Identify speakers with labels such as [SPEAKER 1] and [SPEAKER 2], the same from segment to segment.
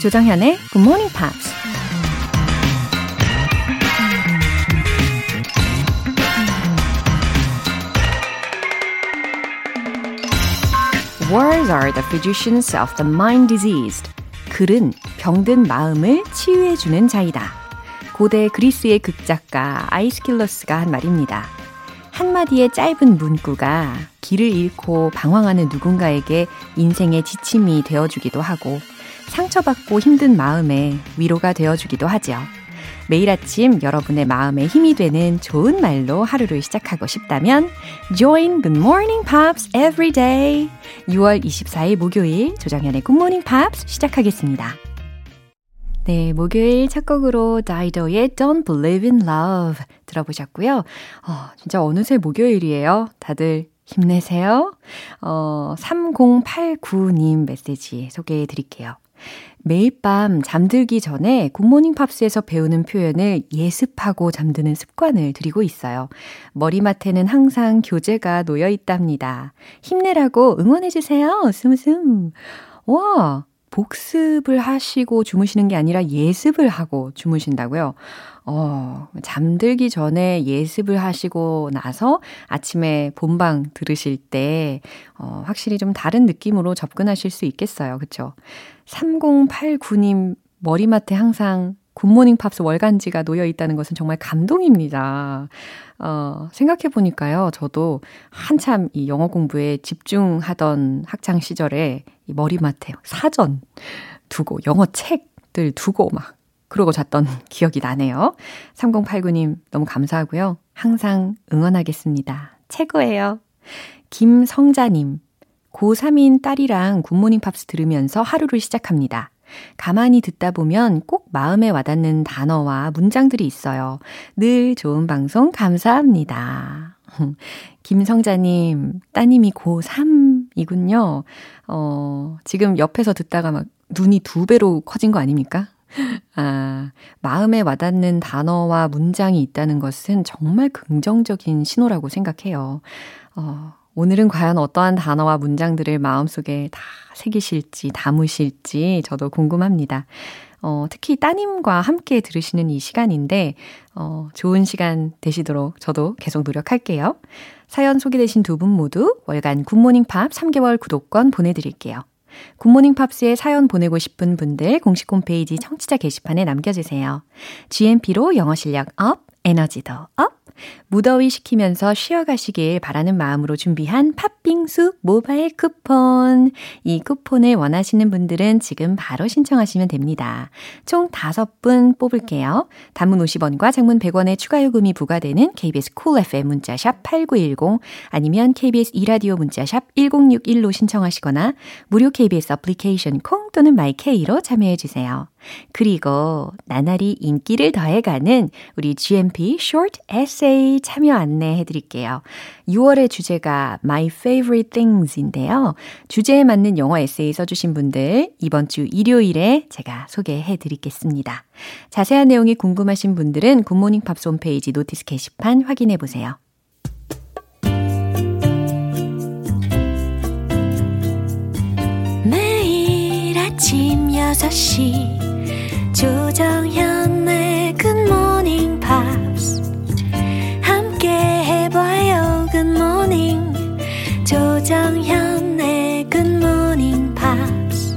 [SPEAKER 1] 조정현의 Good Morning Pops. Words are the physicians of the mind diseased. 글은 병든 마음을 치유해주는 자이다. 고대 그리스의 극작가 아이스킬러스가 한 말입니다. 한마디의 짧은 문구가 길을 잃고 방황하는 누군가에게 인생의 지침이 되어주기도 하고 상처받고 힘든 마음에 위로가 되어주기도 하죠. 매일 아침 여러분의 마음에 힘이 되는 좋은 말로 하루를 시작하고 싶다면 Join Good Morning Pops Every Day 6월 24일 목요일 조정현의 Good Morning Pops 시작하겠습니다. 네, 목요일 첫 곡으로 다이더의 Don't Believe in Love 들어보셨고요. 어, 진짜 어느새 목요일이에요. 다들 힘내세요. 어, 3089님 메시지 소개해 드릴게요. 매일 밤 잠들기 전에 굿모닝 팝스에서 배우는 표현을 예습하고 잠드는 습관을 들이고 있어요. 머리맡에는 항상 교재가 놓여 있답니다. 힘내라고 응원해주세요. 숨숨. 와, 복습을 하시고 주무시는 게 아니라 예습을 하고 주무신다고요? 어, 잠들기 전에 예습을 하시고 나서 아침에 본방 들으실 때, 어, 확실히 좀 다른 느낌으로 접근하실 수 있겠어요. 그쵸? 3089님 머리맡에 항상 굿모닝 팝스 월간지가 놓여 있다는 것은 정말 감동입니다. 어, 생각해 보니까요. 저도 한참 이 영어 공부에 집중하던 학창 시절에 이 머리맡에 사전 두고 영어 책들 두고 막 그러고 잤던 기억이 나네요. 3089님 너무 감사하고요. 항상 응원하겠습니다. 최고예요. 김성자님. 고3인 딸이랑 굿모닝 팝스 들으면서 하루를 시작합니다. 가만히 듣다 보면 꼭 마음에 와닿는 단어와 문장들이 있어요. 늘 좋은 방송 감사합니다. 김성자님, 따님이 고3이군요. 어, 지금 옆에서 듣다가 막 눈이 두 배로 커진 거 아닙니까? 아, 마음에 와닿는 단어와 문장이 있다는 것은 정말 긍정적인 신호라고 생각해요. 어, 오늘은 과연 어떠한 단어와 문장들을 마음속에 다 새기실지, 담으실지 저도 궁금합니다. 어, 특히 따님과 함께 들으시는 이 시간인데, 어, 좋은 시간 되시도록 저도 계속 노력할게요. 사연 소개되신 두 분 모두 월간 굿모닝 팝 3개월 구독권 보내드릴게요. 굿모닝 팝스에 사연 보내고 싶은 분들 공식 홈페이지 청취자 게시판에 남겨주세요. GMP로 영어 실력 업, 에너지도 업! 무더위 식히면서 쉬어가시길 바라는 마음으로 준비한 팥빙수 모바일 쿠폰. 이 쿠폰을 원하시는 분들은 지금 바로 신청하시면 됩니다. 총 5분 뽑을게요. 단문 50원과 장문 100원의 추가 요금이 부과되는 KBS 쿨 cool FM 문자샵 8910 아니면 KBS 이라디오 문자샵 1061로 신청하시거나 무료 KBS 어플리케이션 콩 또는 마이케이로 참여해 주세요. 그리고 나날이 인기를 더해가는 우리 GMP Short Essay 참여 안내해 드릴게요. 6월의 주제가 My Favorite Things인데요. 주제에 맞는 영어 에세이 써주신 분들 이번 주 일요일에 제가 소개해 드리겠습니다. 자세한 내용이 궁금하신 분들은 굿모닝 팝스 홈페이지 노티스 게시판 확인해 보세요.
[SPEAKER 2] 매일 아침 6시 조정현의 굿모닝 팝스 함께 해봐요 굿모닝 조정현의 굿모닝 팝스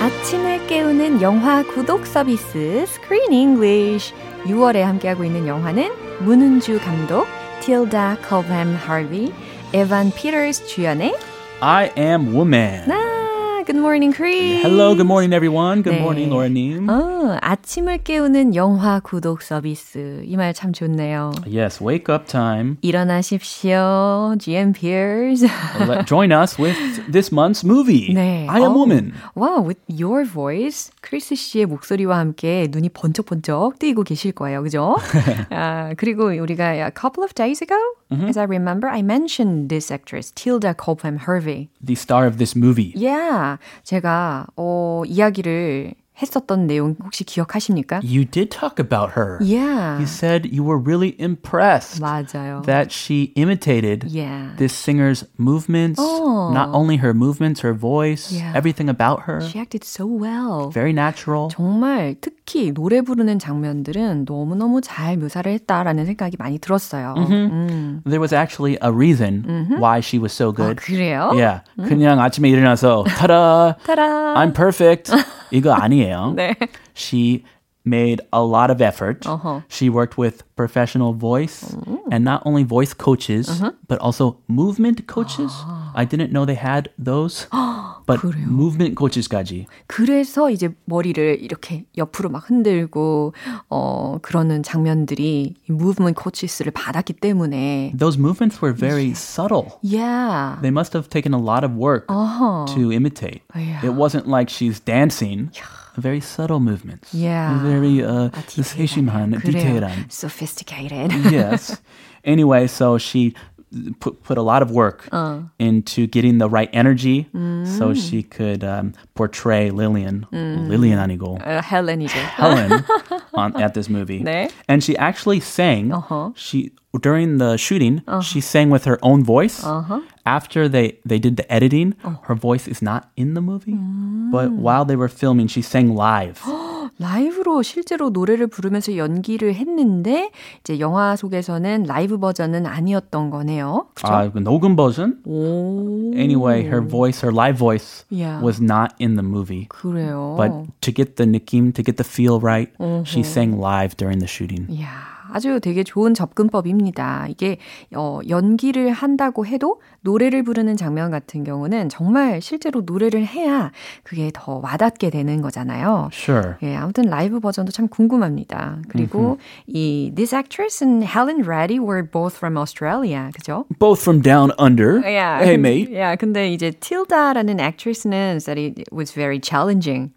[SPEAKER 1] 아침을 깨우는 영화 구독 서비스 Screen English 6월에 함께하고 있는 영화는 문은주 감독, 틸다 커브햄 하비, 에반 피터스 주연의
[SPEAKER 3] I am woman.
[SPEAKER 1] 나 Good morning, Chris.
[SPEAKER 3] Hello, good morning, everyone. Good
[SPEAKER 1] 네.
[SPEAKER 3] morning, Laura님.
[SPEAKER 1] 어, 아침을 깨우는 영화 구독 서비스. 이 말 참 좋네요.
[SPEAKER 3] Yes, wake up time.
[SPEAKER 1] 일어나십시오, GM peers.
[SPEAKER 3] Let- Join us with this month's movie,
[SPEAKER 1] 네.
[SPEAKER 3] I Am
[SPEAKER 1] 어.
[SPEAKER 3] Woman.
[SPEAKER 1] Wow, with your voice, 크리스 씨의 목소리와 함께 눈이 번쩍번쩍 뜨이고 계실 거예요, 그죠? 아, 그리고 우리가 a couple of days ago, as I remember, I mentioned this actress, Tilda Copham Harvey.
[SPEAKER 3] The star of this movie.
[SPEAKER 1] Yeah, 제가 어, 이야기를 했었던 내용 혹시 기억하십니까?
[SPEAKER 3] You did talk about her.
[SPEAKER 1] Yeah,
[SPEAKER 3] You said you were really impressed
[SPEAKER 1] 맞아요.
[SPEAKER 3] that she imitated
[SPEAKER 1] yeah.
[SPEAKER 3] this singer's movements,
[SPEAKER 1] Oh.
[SPEAKER 3] not only her movements, her voice,
[SPEAKER 1] Yeah.
[SPEAKER 3] everything about her.
[SPEAKER 1] She acted so well.
[SPEAKER 3] Very natural.
[SPEAKER 1] 정말 특히 노래 부르는 장면들은 너무너무 잘 묘사를 했다라는 생각이 많이 들었어요. 음.
[SPEAKER 3] There was actually a reason
[SPEAKER 1] Mm-hmm.
[SPEAKER 3] why she was so
[SPEAKER 1] 아,
[SPEAKER 3] good.
[SPEAKER 1] 그래요?
[SPEAKER 3] Yeah.
[SPEAKER 1] Mm-hmm.
[SPEAKER 3] 그냥 아침에 일어나서 타라.
[SPEAKER 1] 따라.
[SPEAKER 3] I'm perfect. 이거 아니에요.
[SPEAKER 1] 네.
[SPEAKER 3] She made a lot of effort.
[SPEAKER 1] Uh-huh.
[SPEAKER 3] She worked with professional voice and not only voice coaches,
[SPEAKER 1] Uh-huh.
[SPEAKER 3] but also movement coaches. I didn't know they had those. but movement coaches까지.
[SPEAKER 1] 그래서 이제 머리를 이렇게 옆으로 막 흔들고 어 그러는 장면들이 무브먼트 코치스를 받았기 때문에
[SPEAKER 3] Those movements were very subtle.
[SPEAKER 1] yeah.
[SPEAKER 3] They must have taken a lot of work
[SPEAKER 1] 어허.
[SPEAKER 3] to imitate.
[SPEAKER 1] Yeah.
[SPEAKER 3] It wasn't like she's dancing. Very subtle movements.
[SPEAKER 1] Yeah.
[SPEAKER 3] Very uh, 세심한,
[SPEAKER 1] 그래요.
[SPEAKER 3] 디테일한. 음.
[SPEAKER 1] sophisticated.
[SPEAKER 3] yes. Anyway, so she put, put a lot of work into getting the right energy so she could um, portray Lillian, Lillian 아니고
[SPEAKER 1] 어, 헬렌이죠.
[SPEAKER 3] Helen on, at this movie.
[SPEAKER 1] 네.
[SPEAKER 3] And she actually sang.
[SPEAKER 1] Uh-huh.
[SPEAKER 3] She during the shooting, she sang with her own voice. Uh-huh. After they they did the editing, her voice is not in the movie. But while they were filming, she sang live.
[SPEAKER 1] 라이브로 실제로 노래를 부르면서 연기를 했는데 이제 영화 속에서는 라이브 버전은 아니었던 거네요. 그렇죠?
[SPEAKER 3] 아, 그 Uh, 녹음 버전?
[SPEAKER 1] 오.
[SPEAKER 3] Anyway, her voice, her live voice,
[SPEAKER 1] Yeah.
[SPEAKER 3] was not in the movie.
[SPEAKER 1] 그래요.
[SPEAKER 3] But to get the nikim, to get the feel right,
[SPEAKER 1] Mm-hmm.
[SPEAKER 3] she sang live during the shooting.
[SPEAKER 1] 이야, 아주 되게 좋은 접근법입니다. 이게 어, 연기를 한다고 해도 노래를 부르는 장면 같은 경우는 정말 실제로 노래를 해야 그게 더 와닿게 되는 거잖아요.
[SPEAKER 3] Sure.
[SPEAKER 1] 예, 아무튼 라이브 버전도 참 궁금합니다. 그리고 이 this actress and Helen Reddy were both from Australia, 그죠?
[SPEAKER 3] Both from down under.
[SPEAKER 1] Yeah.
[SPEAKER 3] 음. Hey,
[SPEAKER 1] 근-
[SPEAKER 3] mate.
[SPEAKER 1] Yeah, 근데 이제 Tilda라는 actress는 said it was very challenging.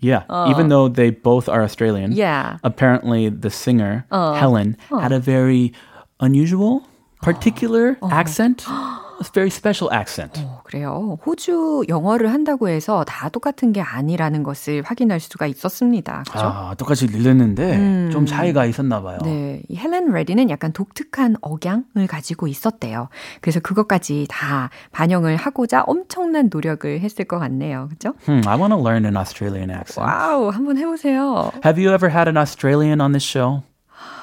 [SPEAKER 3] Yeah. Even though they both are Australian.
[SPEAKER 1] Oh. Yeah. Oh.
[SPEAKER 3] Apparently, the singer, Helen, had a very unusual, particular
[SPEAKER 1] Oh.
[SPEAKER 3] accent, a very special accent.
[SPEAKER 1] 어, 그래요. 호주 영어를 한다고 해서 다 똑같은 게 아니라는 것을 확인할 수가 있었습니다. 그죠?
[SPEAKER 3] 아, Ah, 똑같이 들렸는데 좀 차이가 있었나 봐요.
[SPEAKER 1] Oh. Hmm. 네, 이 헬렌 레디는 약간 독특한 억양을 가지고 있었대요. 그래서 그것까지 다 반영을 하고자 엄청난 노력을 했을 것 같네요. 그죠?
[SPEAKER 3] Hmm, I want to learn an Australian accent.
[SPEAKER 1] 와우, 한번 해보세요.
[SPEAKER 3] Have you ever had an Australian on this show?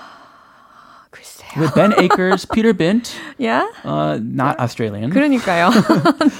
[SPEAKER 1] 아, 글쎄요.
[SPEAKER 3] With Ben Akers, Peter Bint,
[SPEAKER 1] 야?
[SPEAKER 3] uh, not Australian.
[SPEAKER 1] 그러니까요.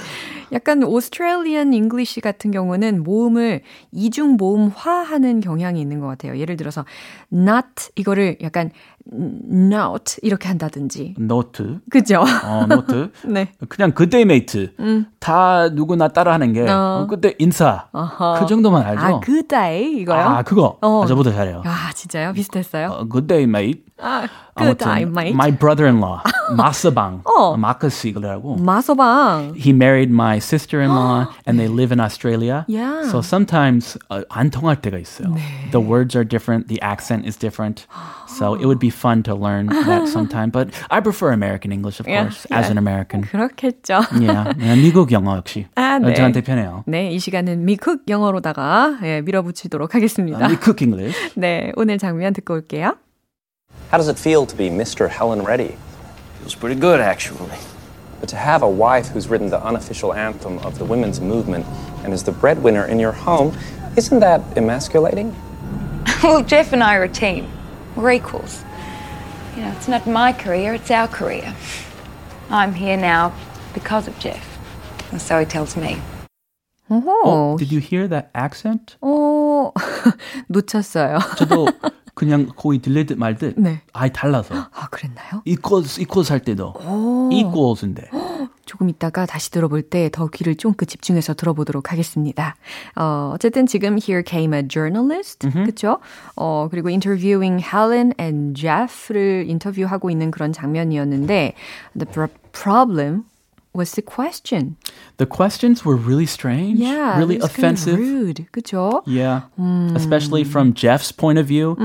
[SPEAKER 1] 약간 오스트레일리안 잉글리시 같은 경우는 모음을 이중 모음화하는 경향이 있는 것 같아요. 예를 들어서 not 이거를 약간 not 이렇게 한다든지.
[SPEAKER 3] 노트.
[SPEAKER 1] 그죠?
[SPEAKER 3] 어, 노트.
[SPEAKER 1] 네.
[SPEAKER 3] 그냥 그때 메이트. 다 누구나 따라하는 게
[SPEAKER 1] 어.
[SPEAKER 3] 어, 그때 인사.
[SPEAKER 1] 어허.
[SPEAKER 3] 그 정도만 알죠.
[SPEAKER 1] 아, good day 이거요?
[SPEAKER 3] 아, 그거.
[SPEAKER 1] 어.
[SPEAKER 3] 아, 저보다 잘해요.
[SPEAKER 1] 아, 진짜요? 비슷했어요?
[SPEAKER 3] 어, good day, mate.
[SPEAKER 1] 아, good day,
[SPEAKER 3] 아무튼
[SPEAKER 1] mate.
[SPEAKER 3] My brother-in-law, 마스방,
[SPEAKER 1] 어.
[SPEAKER 3] 마크스이라고.
[SPEAKER 1] 마서방.
[SPEAKER 3] He married my sister-in-law, and they live in Australia.
[SPEAKER 1] Yeah.
[SPEAKER 3] So sometimes uh, 안 통할 때가 있어요. The words are different, the accent is different. So it would be fun to learn that sometime. But I prefer American English, of
[SPEAKER 1] Yeah,
[SPEAKER 3] course, as
[SPEAKER 1] yeah.
[SPEAKER 3] an American.
[SPEAKER 1] 그렇겠죠.
[SPEAKER 3] yeah, 네, 미국 영어 역시
[SPEAKER 1] 아, 네.
[SPEAKER 3] 저한테 편해요.
[SPEAKER 1] 네, 이 시간은 미국 영어로다가 예, 밀어붙이도록 하겠습니다.
[SPEAKER 3] 아, 미국 English.
[SPEAKER 1] 네, 오늘 장면 듣고 올게요.
[SPEAKER 4] How does it feel to be Mr. Helen Reddy,
[SPEAKER 5] Feels pretty good, actually.
[SPEAKER 4] but to have a wife who's written the unofficial anthem of the women's movement and is the breadwinner in your home? Isn't that emasculating?
[SPEAKER 6] Well, Jeff and I are a team. We're equals. You know, it's not my career, it's our career. I'm here now because of Jeff. Or so he tells me.
[SPEAKER 3] 어,
[SPEAKER 1] 오호.
[SPEAKER 3] Did you hear that accent?
[SPEAKER 1] 어, 놓쳤어요.
[SPEAKER 3] 저도 그냥 거의 들릴 듯 말 듯.
[SPEAKER 1] 네.
[SPEAKER 3] 아예 달라서.
[SPEAKER 1] 아, 그랬나요?
[SPEAKER 3] equals equals 할 때도 equals인데
[SPEAKER 1] 조금 조금 있다가 다시 들어볼 때 더 귀를 쫑긋 집중해서 들어보도록 하겠습니다. 어, 어쨌든 지금 here came a journalist, 그쵸? 어, 그리고 interviewing Helen and Jeff를 인터뷰하고 있는 그런 장면이었는데 the pro- problem was the question.
[SPEAKER 3] The questions were really strange,
[SPEAKER 1] Yeah,
[SPEAKER 3] really
[SPEAKER 1] it was kinda
[SPEAKER 3] offensive.
[SPEAKER 1] rude, 그쵸?
[SPEAKER 3] Yeah. Especially from Jeff's point of view,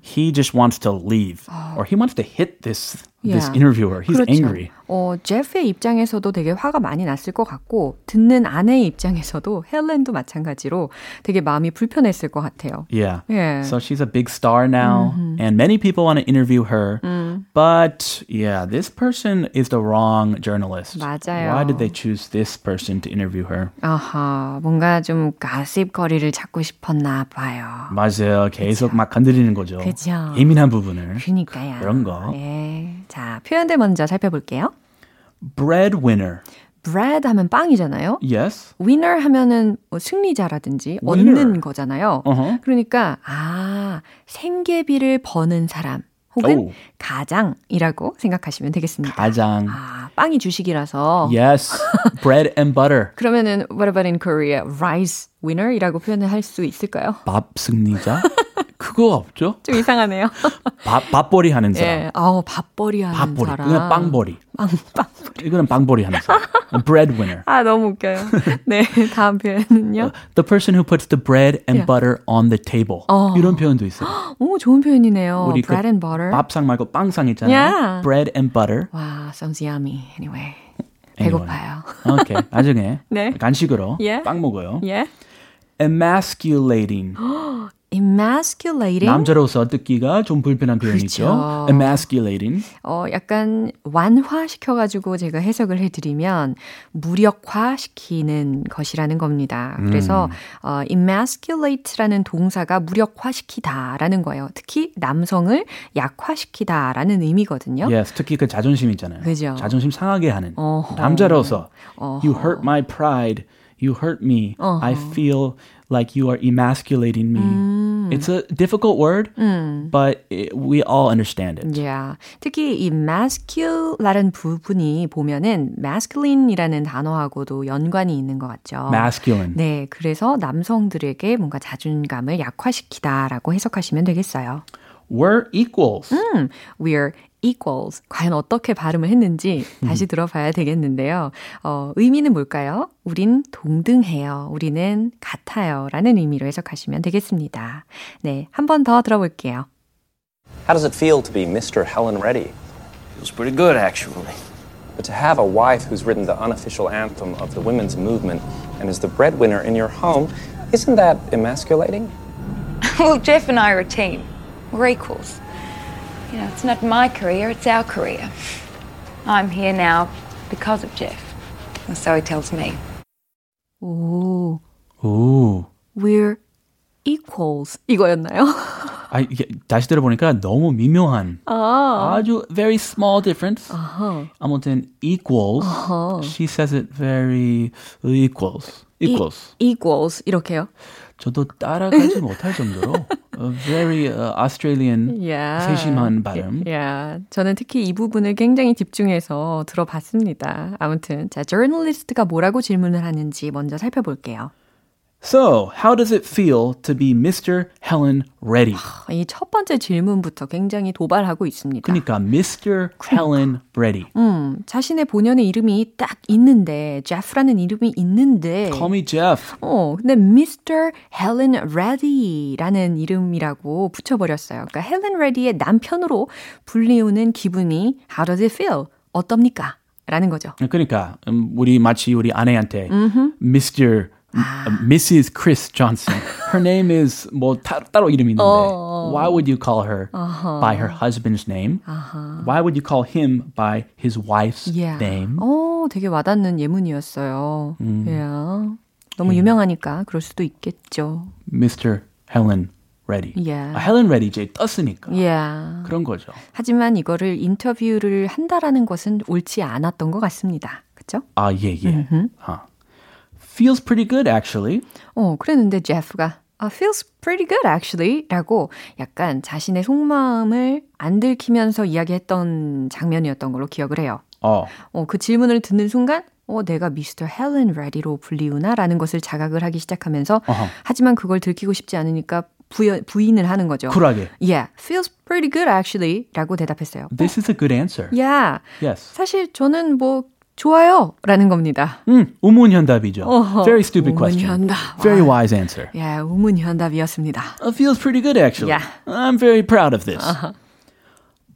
[SPEAKER 3] he just wants to leave or he wants to hit this this
[SPEAKER 1] Yeah.
[SPEAKER 3] interviewer. He's
[SPEAKER 1] 그렇죠.
[SPEAKER 3] angry.
[SPEAKER 1] 어, 제프의 입장에서도 되게 화가 많이 났을 것 같고 듣는 아내의 입장에서도 헬렌도 마찬가지로 되게 마음이 불편했을 것 같아요.
[SPEAKER 3] Yeah.
[SPEAKER 1] Yeah. Mm-hmm.
[SPEAKER 3] So she's a big star now and many people want to interview her.
[SPEAKER 1] Mm.
[SPEAKER 3] But yeah, this person is the wrong journalist.
[SPEAKER 1] 맞아요.
[SPEAKER 3] Why did they choose this person to interview her?
[SPEAKER 1] 아하, 뭔가 좀 가십 거리를 찾고 싶었나 봐요.
[SPEAKER 3] 맞아요. 계속 막 건드리는 거죠.
[SPEAKER 1] 그죠.
[SPEAKER 3] 예민한 부분을.
[SPEAKER 1] 그니까요.
[SPEAKER 3] 그런 거.
[SPEAKER 1] 예. 자, 표현들 먼저 살펴볼게요.
[SPEAKER 3] Breadwinner.
[SPEAKER 1] bread 하면 빵이잖아요.
[SPEAKER 3] Yes.
[SPEAKER 1] winner 하면은 뭐 승리자라든지
[SPEAKER 3] Winner.
[SPEAKER 1] 얻는 거잖아요.
[SPEAKER 3] 어허.
[SPEAKER 1] 그러니까 아, 생계비를 버는 사람 혹은
[SPEAKER 3] 오.
[SPEAKER 1] 가장이라고 생각하시면 되겠습니다.
[SPEAKER 3] 가장. 예.
[SPEAKER 1] 아, 빵이 주식이라서
[SPEAKER 3] Yes. Bread and butter.
[SPEAKER 1] 그러면은 what about in Korea? rice winner이라고 표현을 할 수 있을까요?
[SPEAKER 3] 밥 승리자? 그거 없죠?
[SPEAKER 1] 좀 이상하네요.
[SPEAKER 3] 밥, 밥벌이 하는 사람.
[SPEAKER 1] 예. 아우, 밥벌이 하는
[SPEAKER 3] 밥벌이.
[SPEAKER 1] 사람.
[SPEAKER 3] 이거는 빵벌이.
[SPEAKER 1] 빵, 빵.
[SPEAKER 3] 이거는 빵벌이 하는 사람. breadwinner.
[SPEAKER 1] 아, 너무 웃겨요. 네, 다음 표현은요.
[SPEAKER 3] The person who puts the bread and butter on the table. 이런 표현도 있어요.
[SPEAKER 1] 오, 좋은 표현이네요.
[SPEAKER 3] 우리 그
[SPEAKER 1] 어. bread and butter.
[SPEAKER 3] 밥상 말고 빵상 있잖아요.
[SPEAKER 1] Yeah.
[SPEAKER 3] Bread and butter.
[SPEAKER 1] 와, sounds yummy. Anyway.
[SPEAKER 3] Anyway.
[SPEAKER 1] 배고파요.
[SPEAKER 3] 오케이. 나중에
[SPEAKER 1] 네.
[SPEAKER 3] 간식으로
[SPEAKER 1] 예.
[SPEAKER 3] 빵 먹어요.
[SPEAKER 1] 예.
[SPEAKER 3] Emasculating.
[SPEAKER 1] emasculating.
[SPEAKER 3] 남자로서 듣기가 좀 불편한 표현이죠.
[SPEAKER 1] 그쵸.
[SPEAKER 3] Emasculating.
[SPEAKER 1] 어, 약간 완화시켜가지고 제가 해석을 해드리면 무력화시키는 것이라는 겁니다. 그래서
[SPEAKER 3] 음.
[SPEAKER 1] 어, emasculate라는 동사가 무력화시키다라는 거예요. 특히 남성을 약화시키다라는 의미거든요.
[SPEAKER 3] Yes. 특히 그 자존심 있잖아요.
[SPEAKER 1] 어? 그죠.
[SPEAKER 3] 자존심 상하게 하는.
[SPEAKER 1] 어허.
[SPEAKER 3] 남자로서 You hurt my pride. You hurt me. I feel like you are emasculating me.
[SPEAKER 1] 음.
[SPEAKER 3] It's a difficult word, but it, we all understand it.
[SPEAKER 1] Yeah. 특히 이 masculine라는 부분이 보면은 masculine이라는 단어하고도 연관이 있는 것 같죠.
[SPEAKER 3] Masculine.
[SPEAKER 1] 네, 그래서 남성들에게 뭔가 자존감을 약화시키다라고 해석하시면 되겠어요.
[SPEAKER 3] We're equals.
[SPEAKER 1] 음. We're equals. 과연 어떻게 발음을 했는지 다시 들어봐야 되겠는데요. 어, 의미는 뭘까요? 우린 동등해요. 우리는 같아요. 라는 의미로 해석하시면 되겠습니다. 네, 한 번 더 들어볼게요.
[SPEAKER 4] How does it feel to be Mr. Helen Reddy?
[SPEAKER 5] Feels pretty good, actually.
[SPEAKER 4] But to have a wife who's written the unofficial anthem of the women's movement and is the breadwinner in your home, isn't that emasculating?
[SPEAKER 6] well, Jeff and I are a team. We're equals. You know, it's not my career, it's our career. I'm here now because of Jeff. And so he tells me.
[SPEAKER 1] 오,
[SPEAKER 3] Ooh.
[SPEAKER 1] we're equals. 이거였나요?
[SPEAKER 3] 아, 이게 다시 들어보니까 너무 미묘한
[SPEAKER 1] 어.
[SPEAKER 3] 아주 very small difference. 아무튼 equals. She says it very equals. equals.
[SPEAKER 1] E- equals. 이렇게요.
[SPEAKER 3] 저도 따라가지 못할 정도로 어, very 어, Australian
[SPEAKER 1] Yeah.
[SPEAKER 3] 세심한 발음.
[SPEAKER 1] 야, 저는 특히 이 부분을 굉장히 집중해서 들어봤습니다. 아무튼, 자, 저널리스트가 뭐라고 질문을 하는지 먼저 살펴볼게요.
[SPEAKER 3] So, how does it feel to be Mr. Helen Reddy?
[SPEAKER 1] 이 첫 번째 질문부터 굉장히 도발하고 있습니다.
[SPEAKER 3] 그러니까 Mr. Helen Reddy.
[SPEAKER 1] 음, 자신의 본연의 이름이 딱 있는데, Jeff라는 이름이 있는데,
[SPEAKER 3] Call me Jeff.
[SPEAKER 1] 어, 근데 Mr. Helen Reddy라는 이름이라고 붙여버렸어요. 그러니까 Helen Reddy의 남편으로 불리우는 기분이 How does it feel? 어떻습니까? 라는 거죠.
[SPEAKER 3] 그러니까 음, 우리 마치 우리 아내한테 Mr. Mrs. Chris Johnson. Her name is 뭐 따, 따로 이름이 있는데 why would you call her by her husband's name? Why would you call him by his wife's
[SPEAKER 1] Yeah.
[SPEAKER 3] name?
[SPEAKER 1] 어, 되게 와닿는 예문이었어요.
[SPEAKER 3] 음.
[SPEAKER 1] Yeah. 너무
[SPEAKER 3] 예.
[SPEAKER 1] 유명하니까 그럴 수도 있겠죠.
[SPEAKER 3] Mr. Helen Reddy.
[SPEAKER 1] Yeah.
[SPEAKER 3] 아, Helen Reddy 이제 떴으니까
[SPEAKER 1] Yeah.
[SPEAKER 3] 그런 거죠.
[SPEAKER 1] 하지만 이거를 인터뷰를 한다라는 것은 옳지 않았던 것 같습니다. 그죠?
[SPEAKER 3] 아, 예, 예.
[SPEAKER 1] Mm-hmm.
[SPEAKER 3] 아. Feels pretty good, actually.
[SPEAKER 1] 어, 그랬는데 제프가 아, feels pretty good actually 라고 약간 자신의 속마음을 안 들키면서 이야기했던 장면이었던 걸로 기억을 해요.
[SPEAKER 3] 어,
[SPEAKER 1] 어, 그 질문을 듣는 순간 어, 내가 미스터 헬렌 레디로 불리우나라는 것을 자각을 하기 시작하면서 하지만 그걸 들키고 싶지 않으니까 부여, 부인을 하는 거죠.
[SPEAKER 3] 쿨하게. 네.
[SPEAKER 1] Yeah, feels pretty good actually 라고 대답했어요.
[SPEAKER 3] This is a good answer.
[SPEAKER 1] Yeah.
[SPEAKER 3] 예. Yes.
[SPEAKER 1] 사실 저는 뭐 좋아요 라는 겁니다.
[SPEAKER 3] 음, 우문현답이죠. Very stupid
[SPEAKER 1] Oh,
[SPEAKER 3] question.
[SPEAKER 1] 우문현답.
[SPEAKER 3] Very wise answer.
[SPEAKER 1] 예, 우문현답이었습니다.
[SPEAKER 3] It feels pretty good, actually.
[SPEAKER 1] Yeah. Uh-huh.
[SPEAKER 3] I'm very proud of this.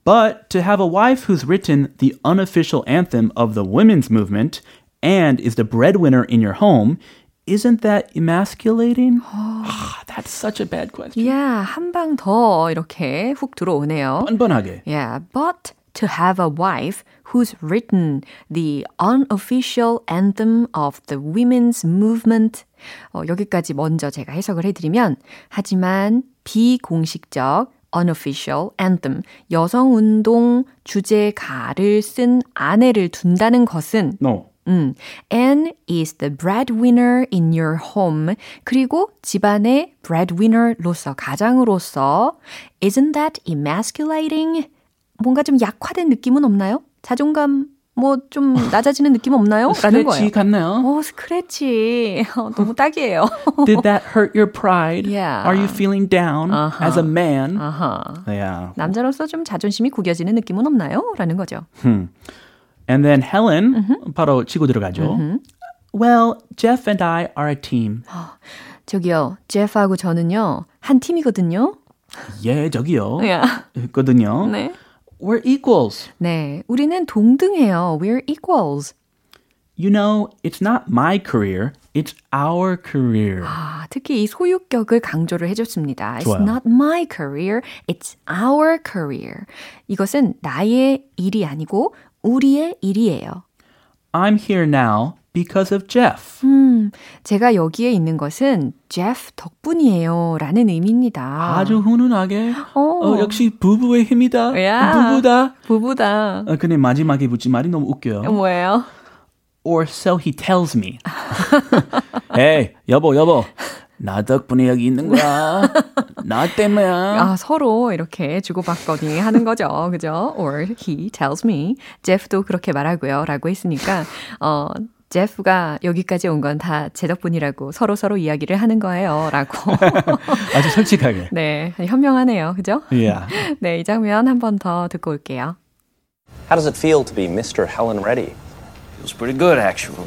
[SPEAKER 3] But to have a wife who's written the unofficial anthem of the women's movement and is the breadwinner in your home, isn't that emasculating?
[SPEAKER 1] Oh.
[SPEAKER 3] Ah, that's such a bad question.
[SPEAKER 1] Yeah, 한 방 더 이렇게 훅 들어오네요.
[SPEAKER 3] 뻔뻔하게.
[SPEAKER 1] Yeah, but to have a wife who's written the unofficial anthem of the women's movement. 어, 여기까지 먼저 제가 해석을 해드리면, 하지만 비공식적 unofficial anthem, 여성운동 주제가를 쓴 아내를 둔다는 것은
[SPEAKER 3] No.
[SPEAKER 1] 음, and is the breadwinner in your home. 그리고 집안의 breadwinner로서 가장으로서 isn't that emasculating? 뭔가 좀 약화된 느낌은 없나요? 자존감 뭐 좀 낮아지는 느낌 없나요? 라는 거예요.
[SPEAKER 3] 어, 스레치 같나요?
[SPEAKER 1] 오, 스크래치. 어, 너무 딱이에요.
[SPEAKER 3] Did that hurt your pride?
[SPEAKER 1] Yeah. Uh-huh.
[SPEAKER 3] Are you feeling down as a man? Yeah.
[SPEAKER 1] 남자로서 좀 자존심이 구겨지는 느낌은 없나요? 라는 거죠.
[SPEAKER 3] And then Helen
[SPEAKER 1] Mm-hmm.
[SPEAKER 3] 바로 치고 들어가죠. Well, Jeff and I are a team.
[SPEAKER 1] 저기요, 제프하고 저는요, 한 팀이거든요.
[SPEAKER 3] 예, 저기요.
[SPEAKER 1] Yeah.
[SPEAKER 3] 했거든요.
[SPEAKER 1] 네.
[SPEAKER 3] We're equals.
[SPEAKER 1] 네, 우리는 동등해요. We're equals.
[SPEAKER 3] You know, it's not my career, it's our career.
[SPEAKER 1] 아, 특히 이 소유격을 강조를 해줬습니다.
[SPEAKER 3] 좋아요.
[SPEAKER 1] It's not my career, it's our career. 이것은 나의 일이 아니고 우리의 일이에요.
[SPEAKER 3] I'm here now because of Jeff.
[SPEAKER 1] Hmm. 제가 여기에 있는 것은 Jeff 덕분이에요. 라는 의미입니다.
[SPEAKER 3] 아주 훈훈하게
[SPEAKER 1] 어.
[SPEAKER 3] 어, 역시 부부의 힘이다.
[SPEAKER 1] 야.
[SPEAKER 3] 부부다.
[SPEAKER 1] 부부다.
[SPEAKER 3] 어, 근데 마지막에 붙인 말이 너무 웃겨요.
[SPEAKER 1] 뭐예요?
[SPEAKER 3] Or so he tells me. hey, 여보, 여보. 나 덕분에 여기 있는 거야. 나 때문이야.
[SPEAKER 1] 아, 서로 이렇게 주고받거니 하는 거죠. 그죠? Or he tells me. 제프도 그렇게 말하고요. 라고 했으니까, 어, 제프가 여기까지 온 건 다 제 덕분이라고 서로서로 이야기를 하는 거예요. 라고.
[SPEAKER 3] 아주 솔직하게.
[SPEAKER 1] 네, 현명하네요. 그죠?
[SPEAKER 3] Yeah.
[SPEAKER 1] 네, 이 장면 한 번 더 듣고 올게요.
[SPEAKER 4] How does it feel to be Mr. Helen Reddy?
[SPEAKER 5] Feels pretty good, actually.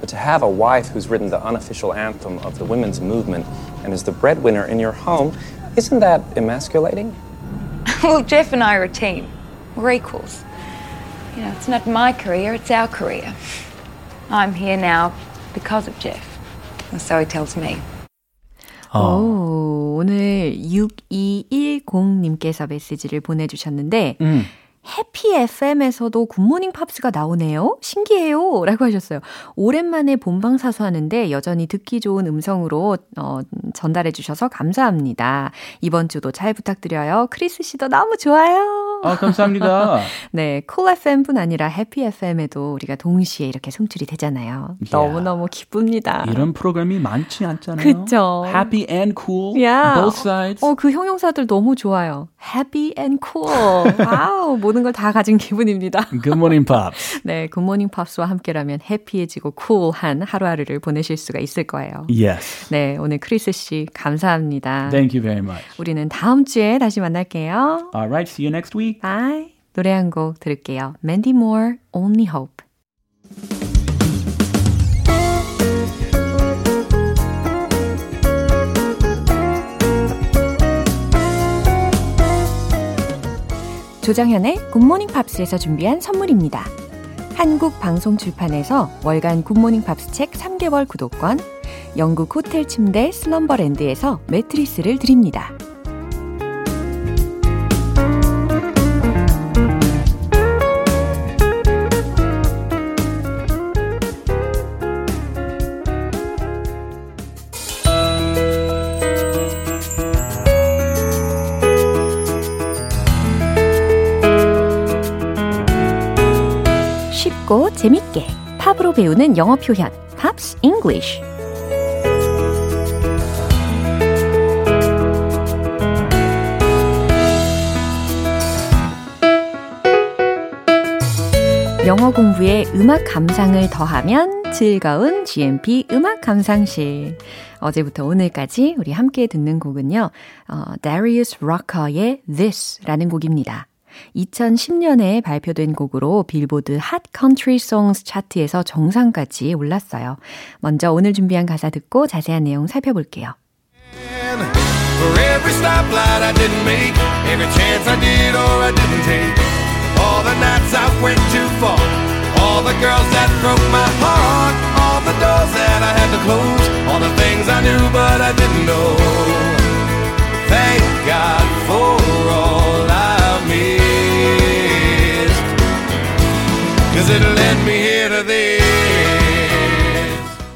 [SPEAKER 4] But to have a wife who's written the unofficial anthem of the women's movement and is the breadwinner in your home, isn't that emasculating?
[SPEAKER 6] Well, Jeff and I are a team. We're equals. You know, it's not my career, it's our career. I'm here now because of Jeff. And so he tells me.
[SPEAKER 1] 오, 오늘 6210님께서 메시지를 보내주셨는데, 해피 FM에서도 굿모닝 팝스가 나오네요? 신기해요. 라고 하셨어요. 오랜만에 본방 사수하는데 여전히 듣기 좋은 음성으로 어, 전달해 주셔서 감사합니다. 이번 주도 잘 부탁드려요. 크리스 씨도 너무 좋아요.
[SPEAKER 3] 아, 감사합니다.
[SPEAKER 1] 네, 콜 FM 뿐 아니라 해피 FM에도 우리가 동시에 이렇게 송출이 되잖아요. 너무너무 기쁩니다.
[SPEAKER 3] 이런 프로그램이 많지 않잖아요.
[SPEAKER 1] 그쵸.
[SPEAKER 3] Happy and cool.
[SPEAKER 1] 야,
[SPEAKER 3] Both sides.
[SPEAKER 1] 어, 그 형용사들 너무 좋아요. happy and cool. 와우, 모든 걸 다 가진 기분입니다.
[SPEAKER 3] Good morning, pops.
[SPEAKER 1] 네, 굿모닝 팝스와 함께라면 해피해지고 쿨한 하루하루를 보내실 수가 있을 거예요.
[SPEAKER 3] Yes.
[SPEAKER 1] 네, 오늘 크리스 씨 감사합니다.
[SPEAKER 3] Thank you very much.
[SPEAKER 1] 네. 우리는 다음 주에 다시 만날게요.
[SPEAKER 3] All right. See you next week.
[SPEAKER 1] 바이. 노래 한 곡 들을게요. Mandy Moore, Only Hope. 조장현의 굿모닝 팝스에서 준비한 선물입니다. 한국 방송 출판에서 월간 굿모닝 팝스 책 3개월 구독권, 영국 호텔 침대 슬럼버랜드에서 매트리스를 드립니다. 쉽고 재밌게 팝으로 배우는 영어 표현 팝스 잉글리쉬 영어 공부에 음악 감상을 더하면 즐거운 GMP 음악 감상실. 어제부터 오늘까지 우리 함께 듣는 곡은요. 어, Darius Rucker의 This라는 곡입니다. 2010년에 발표된 곡으로 빌보드 핫 컨트리 송스 차트에서 정상까지 올랐어요. 먼저 오늘 준비한 가사 듣고 자세한 내용 살펴볼게요.
[SPEAKER 7] For every stoplight I didn't make, every chance I did or I didn't take, all the nights I went too far, all the girls that broke my heart, all the doors that I had to close, all the things I knew but I didn't know. Thank God for all I missed, cause it led me here to this.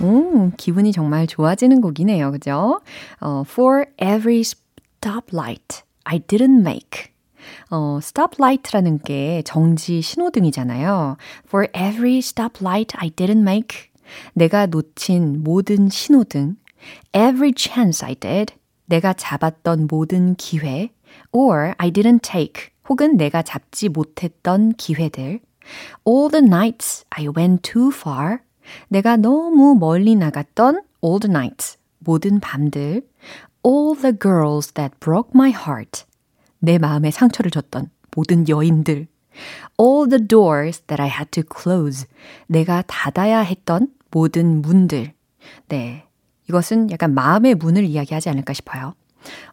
[SPEAKER 1] 음, 기분이 정말 좋아지는 곡이네요. 그죠? 어, for every stoplight I didn't make. 어, stoplight라는 게 정지 신호등이잖아요. For every stoplight I didn't make. 내가 놓친 모든 신호등. Every chance I did. 내가 잡았던 모든 기회. Or I didn't take. 혹은 내가 잡지 못했던 기회들. All the nights I went too far. 내가 너무 멀리 나갔던 all the nights, 모든 밤들. All the girls that broke my heart. 내 마음에 상처를 줬던 모든 여인들. All the doors that I had to close. 내가 닫아야 했던 모든 문들. 네. 이것은 약간 마음의 문을 이야기하지 않을까 싶어요.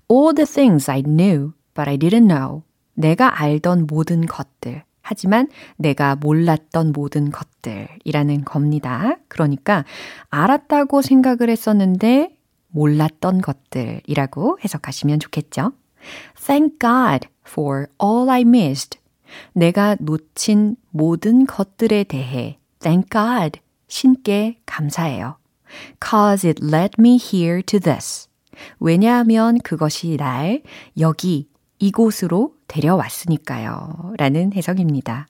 [SPEAKER 1] All the things I knew, but I didn't know. 내가 알던 모든 것들. 하지만 내가 몰랐던 모든 것들이라는 겁니다. 그러니까 알았다고 생각을 했었는데 몰랐던 것들이라고 해석하시면 좋겠죠. Thank God for all I missed. 내가 놓친 모든 것들에 대해 Thank God 신께 감사해요. Cause it led me here to this. 왜냐하면 그것이 날 여기 이곳으로 데려왔으니까요. 라는 해석입니다.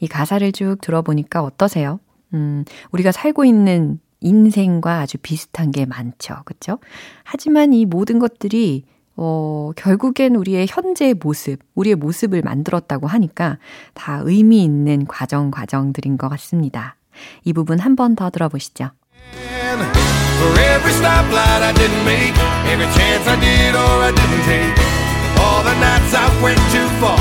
[SPEAKER 1] 이 가사를 쭉 들어보니까 어떠세요? 음, 우리가 살고 있는 인생과 아주 비슷한 게 많죠. 그쵸? 하지만 이 모든 것들이 어, 결국엔 우리의 현재의 모습, 우리의 모습을 만들었다고 하니까 다 의미 있는 과정, 과정들인 것 같습니다. 이 부분 한 번 더 들어보시죠.
[SPEAKER 7] For every stoplight I didn't make, every chance I did or I didn't take, all the nights I went too far,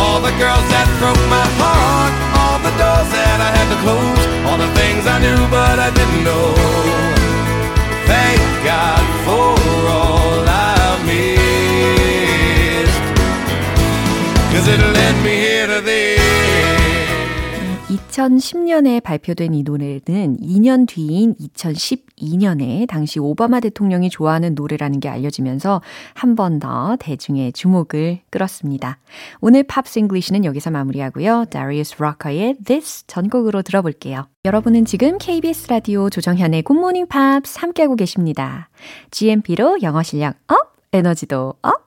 [SPEAKER 7] all the girls that broke my heart, all the doors that I had to close, all the things I knew but I didn't know. Thank God for all I missed, cause it led me here to this.
[SPEAKER 1] 2010년에 발표된 이 노래는 2년 뒤인 2012년에 당시 오바마 대통령이 좋아하는 노래라는 게 알려지면서 한 번 더 대중의 주목을 끌었습니다. 오늘 팝스 잉글리시는 여기서 마무리하고요. Darius Rocker의 This 전곡으로 들어볼게요. 여러분은 지금 KBS 라디오 조정현의 굿모닝 팝스 함께하고 계십니다. GMP로 영어 실력 업, 에너지도 업!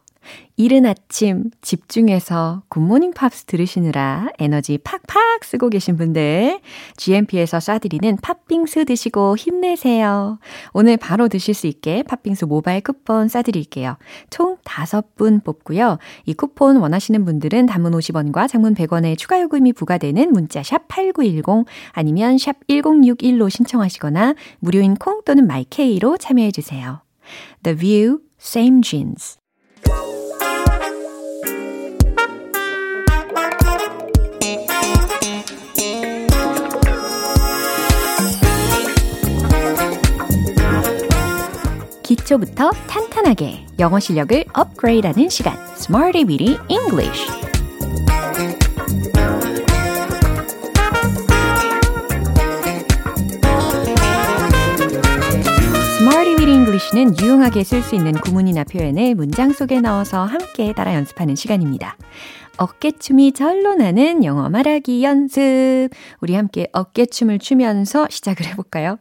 [SPEAKER 1] 이른 아침 집중해서 굿모닝 팝스 들으시느라 에너지 팍팍 쓰고 계신 분들, GMP에서 쏴드리는 팥빙수 드시고 힘내세요. 오늘 바로 드실 수 있게 팥빙수 모바일 쿠폰 쏴드릴게요. 총 5분 뽑고요. 이 쿠폰 원하시는 분들은 단문 50원과 장문 100원의 추가 요금이 부과되는 문자 샵 8910 아니면 샵 1061로 신청하시거나 무료인 콩 또는 마이케이로 참여해주세요. The View, Same Jeans. 기초부터 탄탄하게 영어 실력을 업그레이드하는 시간 Smarty Weedy English Smarty Weedy English는 유용하게 쓸 수 있는 구문이나 표현을 문장 속에 넣어서 함께 따라 연습하는 시간입니다. 어깨춤이 절로 나는 영어 말하기 연습. 우리 함께 어깨춤을 추면서 시작을 해볼까요?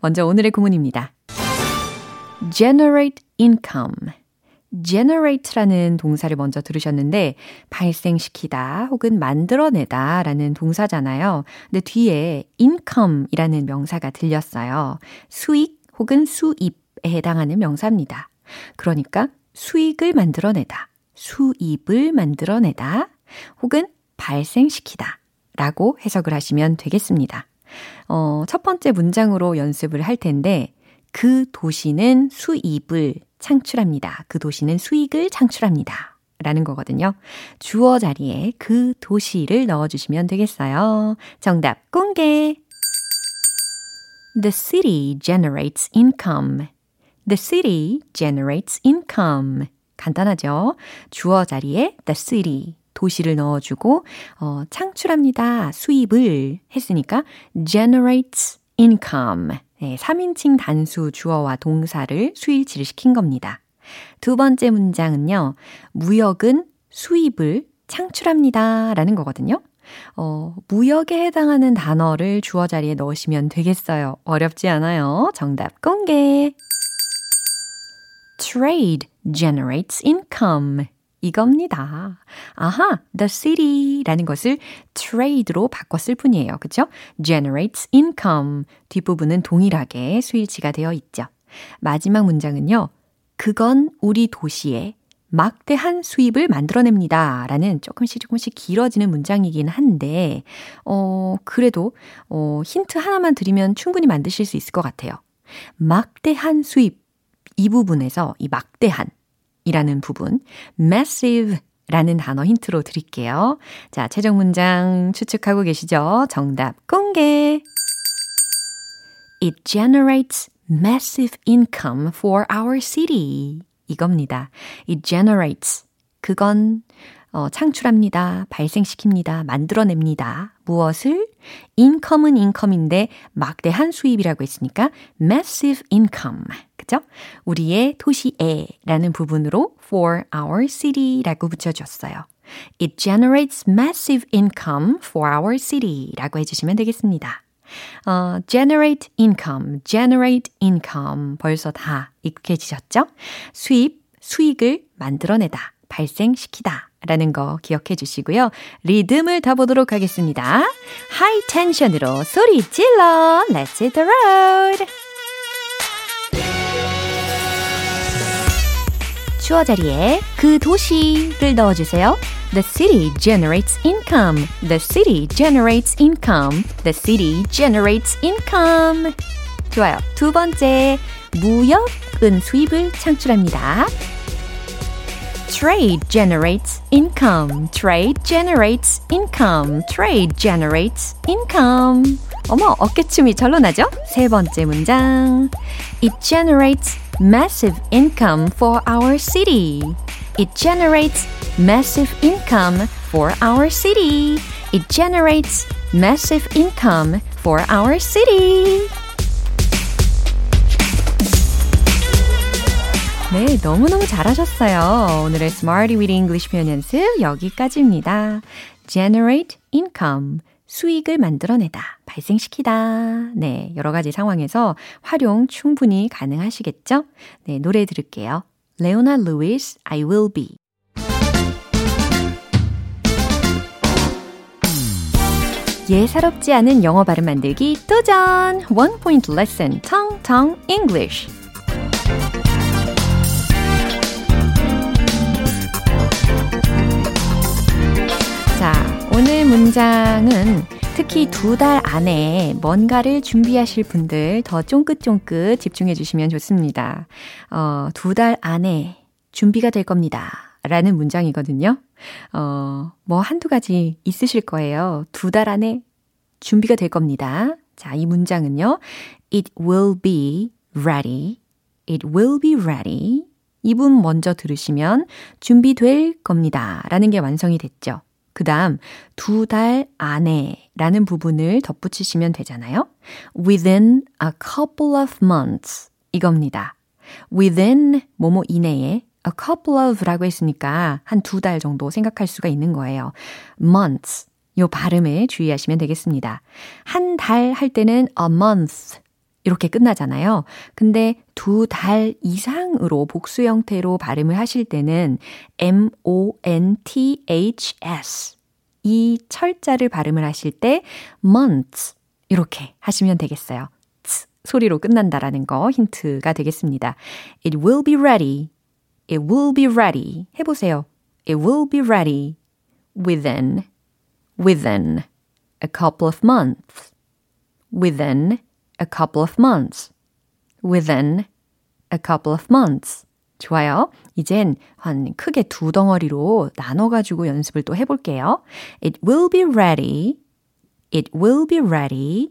[SPEAKER 1] 먼저 오늘의 구문입니다. generate income. generate라는 동사를 먼저 들으셨는데 발생시키다 혹은 만들어내다라는 동사잖아요. 근데 뒤에 income이라는 명사가 들렸어요. 수익 혹은 수입에 해당하는 명사입니다. 그러니까 수익을 만들어내다, 수입을 만들어내다 혹은 발생시키다 라고 해석을 하시면 되겠습니다. 어, 첫 번째 문장으로 연습을 할 텐데, 그 도시는 수입을 창출합니다. 그 도시는 수익을 창출합니다. 라는 거거든요. 주어 자리에 그 도시를 넣어주시면 되겠어요. 정답 공개! The city generates income. The city generates income. 간단하죠? 주어 자리에 the city, 도시를 넣어주고, 어, 창출합니다. 수입을 했으니까 generates income. 네, 3인칭 단수 주어와 동사를 수일치를 시킨 겁니다. 두 번째 문장은요, 무역은 수입을 창출합니다. 라는 거거든요. 어, 무역에 해당하는 단어를 주어 자리에 넣으시면 되겠어요. 어렵지 않아요. 정답 공개. Trade generates income. 이겁니다. 아하, the city라는 것을 trade로 바꿨을 뿐이에요. 그쵸? generates income. 뒷부분은 동일하게 수일치가 되어 있죠. 마지막 문장은요. 그건 우리 도시에 막대한 수입을 만들어냅니다. 라는 조금씩 조금씩 길어지는 문장이긴 한데, 어, 그래도, 어, 힌트 하나만 드리면 충분히 만드실 수 있을 것 같아요. 막대한 수입. 이 부분에서 이 막대한 이라는 부분, massive 라는 단어 힌트로 드릴게요. 자, 최종 문장 추측하고 계시죠? 정답 공개! It generates massive income for our city. 이겁니다. It generates. 그건 어, 창출합니다. 발생시킵니다. 만들어냅니다. 무엇을? income은 income인데 막대한 수입이라고 했으니까 massive income. 그죠? 우리의 도시에 라는 부분으로 for our city라고 붙여줬어요. It generates massive income for our city라고 해주시면 되겠습니다. 어, generate income, generate income 벌써 다 익숙해지셨죠? 수입, 수익을 만들어내다, 발생시키다 라는 거 기억해 주시고요. 리듬을 타보도록 하겠습니다. 하이 텐션으로 소리 질러! Let's hit the road! 주어 자리에 그 도시를 넣어주세요. The city generates income. The city generates income. The city generates income. 좋아요. 두 번째, 무역은 수입을 창출합니다. Trade generates income. Trade generates income. Trade generates income. 어머, 어깨춤이 절로 나죠? 세 번째 문장. It generates massive income for our city. It generates massive income for our city. It generates massive income for our city. 네, 너무너무 잘하셨어요. 오늘의 Smarty with English 표현 연습 여기까지입니다. Generate income. 수익을 만들어내다, 발생시키다. 네, 여러 가지 상황에서 활용 충분히 가능하시겠죠? 네, 노래 들을게요. 레오나 루이스, I will be. 예사롭지 않은 영어 발음 만들기 도전! 원 포인트 레슨, 텅텅 English. 자, 오늘 문장은 특히 두 달 안에 뭔가를 준비하실 분들 더 쫑긋쫑긋 집중해 주시면 좋습니다. 어, 두 달 안에 준비가 될 겁니다. 라는 문장이거든요. 어, 뭐 한두 가지 있으실 거예요. 두 달 안에 준비가 될 겁니다. 자, 이 문장은요. It will be ready. It will be ready. 이분 먼저 들으시면 준비될 겁니다. 라는 게 완성이 됐죠. 그 다음, 두 달 안에 라는 부분을 덧붙이시면 되잖아요. within a couple of months. 이겁니다. within, 뭐뭐 이내에 a couple of 라고 했으니까 한 두 달 정도 생각할 수가 있는 거예요. months. 요 발음에 주의하시면 되겠습니다. 한 달 할 때는 a month. 이렇게 끝나잖아요. 근데 두 달 이상으로 복수 형태로 발음을 하실 때는 m-o-n-t-h-s 이 철자를 발음을 하실 때 months 이렇게 하시면 되겠어요. 츠 소리로 끝난다라는 거 힌트가 되겠습니다. It will be ready. It will be ready. 해보세요. It will be ready within, within a couple of months. Within a couple of months. Within a couple of months. 좋아요. 이젠 한 크게 두 덩어리로 나눠가지고 연습을 또 해볼게요. It will be ready. It will be ready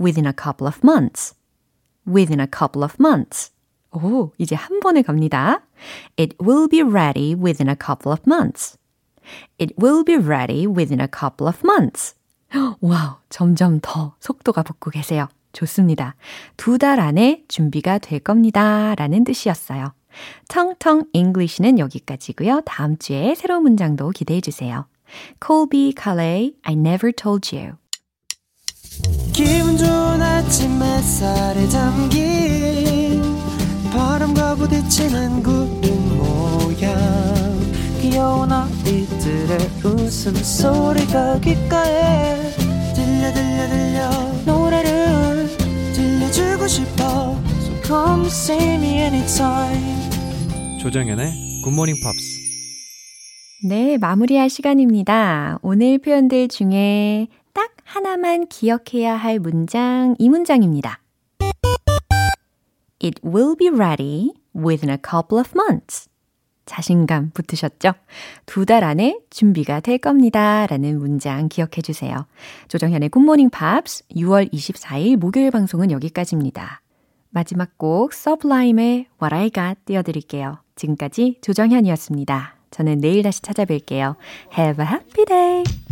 [SPEAKER 1] within a couple of months. Within a couple of months. 오, 이제 한 번에 갑니다. It will be ready within a couple of months. It will be ready within a couple of months. 와우, 점점 더 속도가 붙고 계세요. 좋습니다. 두 달 안에 준비가 될 겁니다. 라는 뜻이었어요. 텅텅 잉글리시는 여기까지고요. 다음 주에 새로운 문장도 기대해 주세요. Colby Calais, I never told you.
[SPEAKER 8] 기분 좋은 아침 햇살에 잠긴 바람과 부딪히는 구름 모양 귀여운 아이들의 웃음소리가 귓가에 들려 들려 들려 노래를 들려주고 싶어 So come see me anytime
[SPEAKER 9] 조정연의 굿모닝 팝스
[SPEAKER 1] 네, 마무리할 시간입니다. 오늘 표현들 중에 딱 하나만 기억해야 할 문장, 이 문장입니다. It will be ready within a couple of months. 자신감 붙으셨죠? 두 달 안에 준비가 될 겁니다. 라는 문장 기억해 주세요. 조정현의 굿모닝 팝스 6월 24일 목요일 방송은 여기까지입니다. 마지막 곡 서블라임의 What I Got 띄워드릴게요. 지금까지 조정현이었습니다. 저는 내일 다시 찾아뵐게요. Have a happy day!